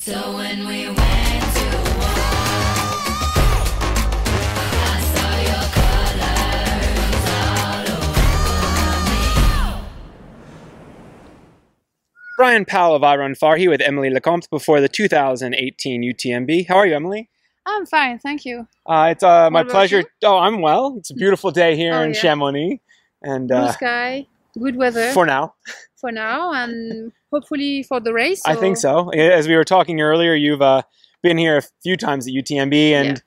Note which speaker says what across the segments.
Speaker 1: So when we went to war, I saw your colors all over me.
Speaker 2: Brian Powell of I Run Farhi with Emily Lecomte before the 2018 UTMB. How are you, Emily?
Speaker 3: I'm fine, thank you.
Speaker 2: Uh, it's uh, my
Speaker 3: about
Speaker 2: pleasure. Oh, I'm well. It's a beautiful day here
Speaker 3: Oh,
Speaker 2: in
Speaker 3: yeah.
Speaker 2: Chamonix, and
Speaker 3: Blue
Speaker 2: uh,
Speaker 3: sky, good weather for,
Speaker 2: for now,
Speaker 3: now, and hopefully for the race.
Speaker 2: I think so. As we were talking earlier, you've uh, been here a few times at UTMB, and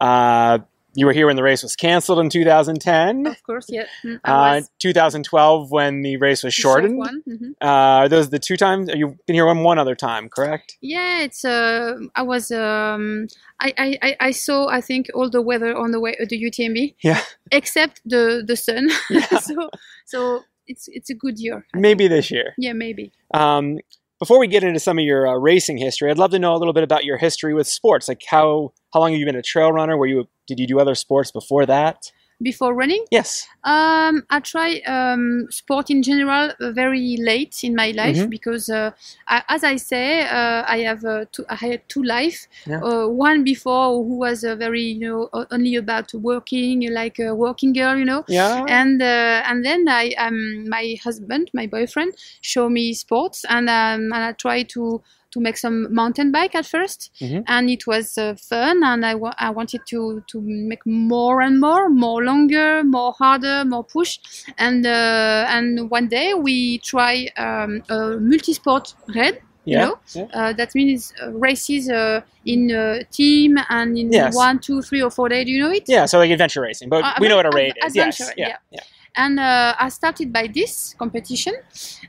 Speaker 2: uh, you were here when the race was canceled in 2010.
Speaker 3: Of course, yeah. Mm, I
Speaker 2: Uh,
Speaker 3: was
Speaker 2: 2012 when the race was
Speaker 3: the short
Speaker 2: shortened.
Speaker 3: one, mhm.
Speaker 2: Uh, are those the two times? You've been here one, one other time, correct?
Speaker 3: Yeah, it's. Uh, I was. Um, I, I, I, I saw. I think all the weather on the way uh, the UTMB.
Speaker 2: Yeah.
Speaker 3: Except the the sun.
Speaker 2: Yeah.
Speaker 3: so so it's it's a good year.
Speaker 2: Maybe this year.
Speaker 3: Yeah, maybe.
Speaker 2: Um, before we get into some of your uh, racing history, I'd love to know a little bit about your history with sports. Like how how long have you been a trail runner? Were you did you do other sports before that?
Speaker 3: Before running.
Speaker 2: Yes.
Speaker 3: Um, I try um, sport in general uh, very late in my life
Speaker 2: Mhm.
Speaker 3: because, uh, I, as I say, uh, I have uh, two, I had two life.
Speaker 2: Yeah.
Speaker 3: Uh, one before who was uh, very you know o- only about working like a working girl, you know.
Speaker 2: Yeah.
Speaker 3: And uh, and then I um, my husband, my boyfriend, show me sports, and um, and I try to to make some mountain bike at 1st
Speaker 2: Mhm.
Speaker 3: and it was uh, fun, and I, wa- I wanted to to make more and more, more longer, more harder, more push, and uh, and one day we try um, a multi-sport red.
Speaker 2: yeah.
Speaker 3: know, Uh, that means uh, races uh, in uh, team and in
Speaker 2: Yes.
Speaker 3: one, two, three, or four days. Do you know it?
Speaker 2: Yeah, so like adventure racing, but
Speaker 3: Uh,
Speaker 2: we know what a
Speaker 3: adven-
Speaker 2: raid is. Yes,
Speaker 3: adventure,
Speaker 2: yeah, yeah.
Speaker 3: and uh, I started by this competition,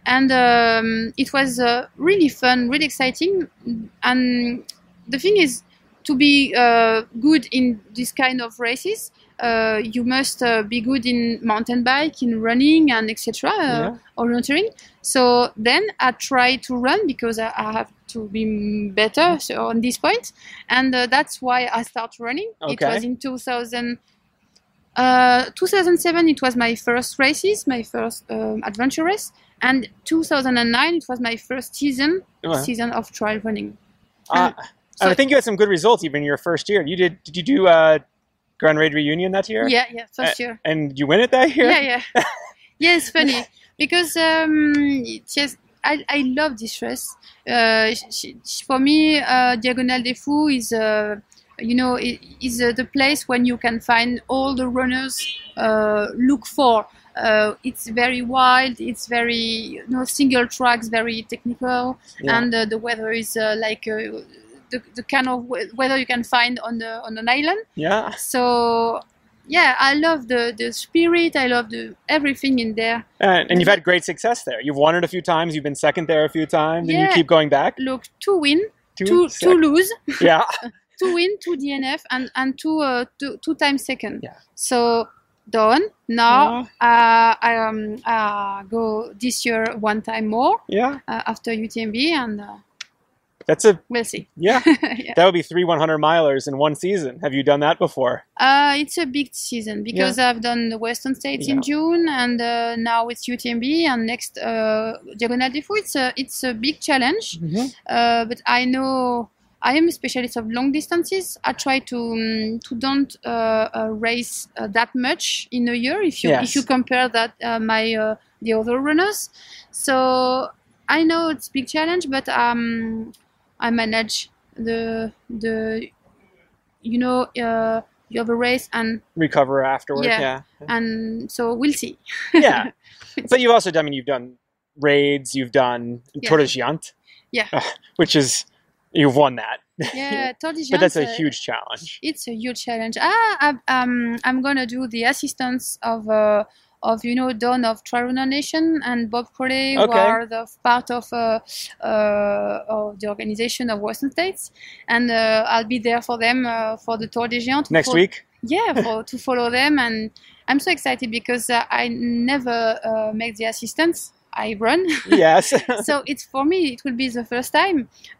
Speaker 3: and um, it was uh, really fun, really exciting. And the thing is, to be uh, good in this kind of races, uh, you must uh, be good in mountain bike, in running, and etc. Uh,
Speaker 2: Yeah.
Speaker 3: orienteering. So then I try to run because I, I have to be m- better so on this point, and uh, that's why I start running.
Speaker 2: Okay.
Speaker 3: It was in 2000. Uh, 2007 it was my first races, my first um, adventure race, and 2009 it was my first season
Speaker 2: Uh-huh.
Speaker 3: season of trail running.
Speaker 2: Uh,
Speaker 3: and-
Speaker 2: I
Speaker 3: Um, so-
Speaker 2: think you had some good results even your first year. You did. Did you do uh, Grand Raid reunion that year?
Speaker 3: Yeah, yeah, first year.
Speaker 2: And you win it that year.
Speaker 3: Yeah, yeah. yeah, it's funny because um, it's just I, I love this dress. Uh, sh- sh- for me, uh, Diagonal des Fous is, uh, you know, i- is uh, the place when you can find all the runners uh, look for. Uh, it's very wild. It's very you know, single tracks, very technical,
Speaker 2: Yeah.
Speaker 3: and uh, the weather is uh, like uh, the, the kind of we- weather you can find on the on an island
Speaker 2: Yeah.
Speaker 3: so yeah i love the the spirit i love the everything in there
Speaker 2: Uh, And, and you've had great success there. You've won it a few times. You've been second there a few times, and you
Speaker 3: Yeah.
Speaker 2: keep going back.
Speaker 3: look to win
Speaker 2: Two,
Speaker 3: to to
Speaker 2: sec-
Speaker 3: lose
Speaker 2: yeah.
Speaker 3: to win to dnf and and to uh two, two times second
Speaker 2: Yeah.
Speaker 3: so done now uh, i um uh, go this year one time more
Speaker 2: Yeah.
Speaker 3: uh, after utmb and uh,
Speaker 2: That's a
Speaker 3: we'll see
Speaker 2: yeah.
Speaker 3: Yeah.
Speaker 2: That would be three 100 milers in one season. Have you done that before?
Speaker 3: Uh, it's a big season because I've done the Western States
Speaker 2: Yeah.
Speaker 3: in June, and uh, now it's UTMB and next uh, Diagonal des Fous. It's a it's a big challenge, uh, but I know I am a specialist of long distances. I try to um, to don't uh, uh, race uh, that much in a year if you
Speaker 2: Yes.
Speaker 3: if you compare that uh, my uh, the other runners. So I know it's big challenge, but um, I manage the the you know uh, you have a race and
Speaker 2: Recover afterward.
Speaker 3: Yeah.
Speaker 2: Yeah.
Speaker 3: and so we'll see.
Speaker 2: Yeah. But you've also done. I mean, you've done raids. You've done
Speaker 3: Yeah.
Speaker 2: Tour de Giant.
Speaker 3: Yeah.
Speaker 2: Uh, which is you've won that,
Speaker 3: Yeah, Tour de
Speaker 2: but that's a
Speaker 3: Giant, uh,
Speaker 2: huge challenge.
Speaker 3: It's a huge challenge. Ah, I, um, I'm gonna do the assistance of uh, of you know Don of Traruna Nation and Bob Crowley, who
Speaker 2: Okay.
Speaker 3: are the part of uh, uh, of the organization of Western States, and uh, I'll be there for them uh, for the Tour de Giant
Speaker 2: Next
Speaker 3: for-
Speaker 2: week.
Speaker 3: yeah for, to follow them and i'm so excited because uh, i never uh, make the assistance i run
Speaker 2: yes.
Speaker 3: so it's for me it will be the first time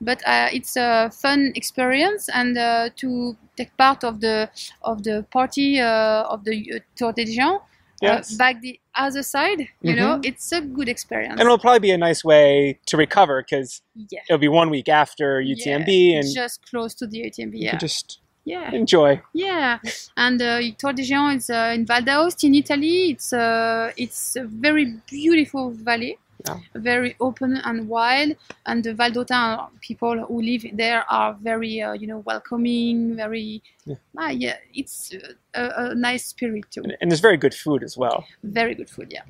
Speaker 3: but uh, it's a fun experience and uh, to take part of the of the party uh, of the uh, tour des gens
Speaker 2: Yes. Mm-hmm.
Speaker 3: uh, back the other side. You know, it's a good experience.
Speaker 2: and it'll probably be a nice way to recover because
Speaker 3: yeah.
Speaker 2: it'll be one week after UTMB
Speaker 3: Yeah,
Speaker 2: and
Speaker 3: just close to the UTMB.
Speaker 2: you
Speaker 3: Yeah,
Speaker 2: can just
Speaker 3: yeah.
Speaker 2: enjoy.
Speaker 3: Yeah, and uh, Tour des Géants is uh, in Val d'Aoste in Italy. It's uh, it's a very beautiful valley,
Speaker 2: Yeah.
Speaker 3: very open and wild. And the Val d'Otain people who live there are very uh, you know welcoming, very
Speaker 2: Yeah.
Speaker 3: yeah. Ah, yeah it's uh, a, a nice spirit too.
Speaker 2: And there's very good food as well.
Speaker 3: Very good food. Yeah.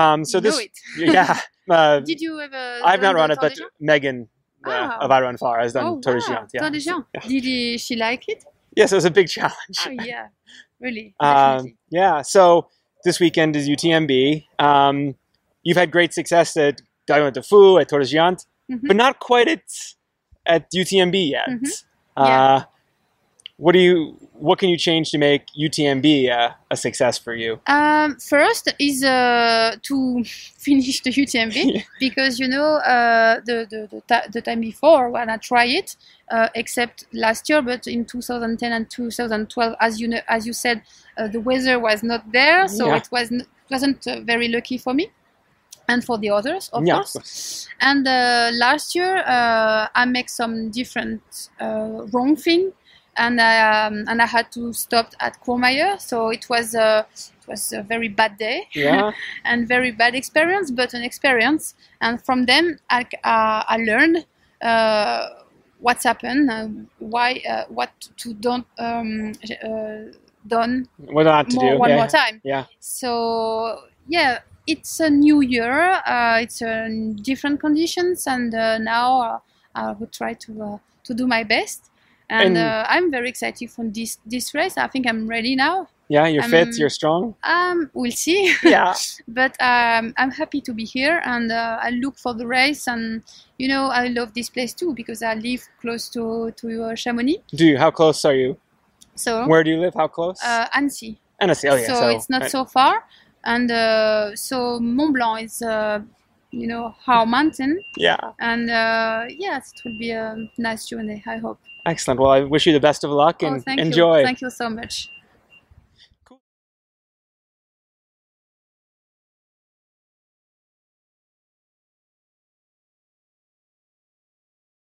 Speaker 2: Um, so
Speaker 3: Know
Speaker 2: this,
Speaker 3: it.
Speaker 2: yeah, uh,
Speaker 3: Did you ever?
Speaker 2: I've not
Speaker 3: done
Speaker 2: run
Speaker 3: the
Speaker 2: it,
Speaker 3: Tour
Speaker 2: but
Speaker 3: des Géants?
Speaker 2: Megan uh,
Speaker 3: Ah.
Speaker 2: of Iron Far has done
Speaker 3: oh,
Speaker 2: Tour de
Speaker 3: wow.
Speaker 2: Géant, Yeah.
Speaker 3: Tour des Géants. Did he, she like it?
Speaker 2: Yes, it was a big challenge.
Speaker 3: Oh yeah, really.
Speaker 2: Um,
Speaker 3: definitely.
Speaker 2: yeah. So this weekend is UTMB. Um, you've had great success at Diamond de Fou, at Tour de Giant,
Speaker 3: Mhm.
Speaker 2: but not quite at at UTMB yet.
Speaker 3: Mhm.
Speaker 2: Uh, What do you? What can you change to make UTMB a, a success for you?
Speaker 3: Um, first is uh, to finish the
Speaker 2: Yeah.
Speaker 3: UTMB because you know uh, the the the, ti the time before when I try it, uh, except last year, but in 2010 and 2012, as you know, as you said, uh, the weather was not there, so
Speaker 2: Yeah.
Speaker 3: it was n- wasn't uh, very lucky for me, and for the others, of
Speaker 2: yeah.
Speaker 3: course. And uh, last year, uh, I make some different uh, wrong thing, and I, um, and I had to stop at Courmayeur. So it was a it was a very bad day
Speaker 2: Yeah.
Speaker 3: and very bad experience, but an experience. And from them, I c- uh, I learned uh, what's happened, uh, why, uh, what to don't um, uh, done
Speaker 2: what not to
Speaker 3: more,
Speaker 2: do?
Speaker 3: one
Speaker 2: yeah.
Speaker 3: more time.
Speaker 2: Yeah.
Speaker 3: So yeah, it's a new year. Uh, it's uh, different conditions, and uh, now uh, I will try to uh, to do my best. And,
Speaker 2: And-
Speaker 3: uh, I'm very excited for this this race. I think I'm ready now.
Speaker 2: Yeah. You're fit.
Speaker 3: Um,
Speaker 2: You're strong.
Speaker 3: Um, we'll see.
Speaker 2: Yeah.
Speaker 3: but um, I'm happy to be here, and uh, I look for the race. And you know, I love this place too because I live close to to uh, Chamonix.
Speaker 2: do you? How close are you?
Speaker 3: So
Speaker 2: Where do you live? How close?
Speaker 3: Oh. uh, Annecy.
Speaker 2: and I see. Oh, yeah.
Speaker 3: so,
Speaker 2: So,
Speaker 3: it's not so far. And uh, so Mont Blanc is, uh, you know, our mountain.
Speaker 2: Yeah.
Speaker 3: And uh, yes, it will be a nice journey, I hope.
Speaker 2: Excellent. Well, I wish you the best of luck and
Speaker 3: oh, thank
Speaker 2: enjoy.
Speaker 3: you. Thank you so much.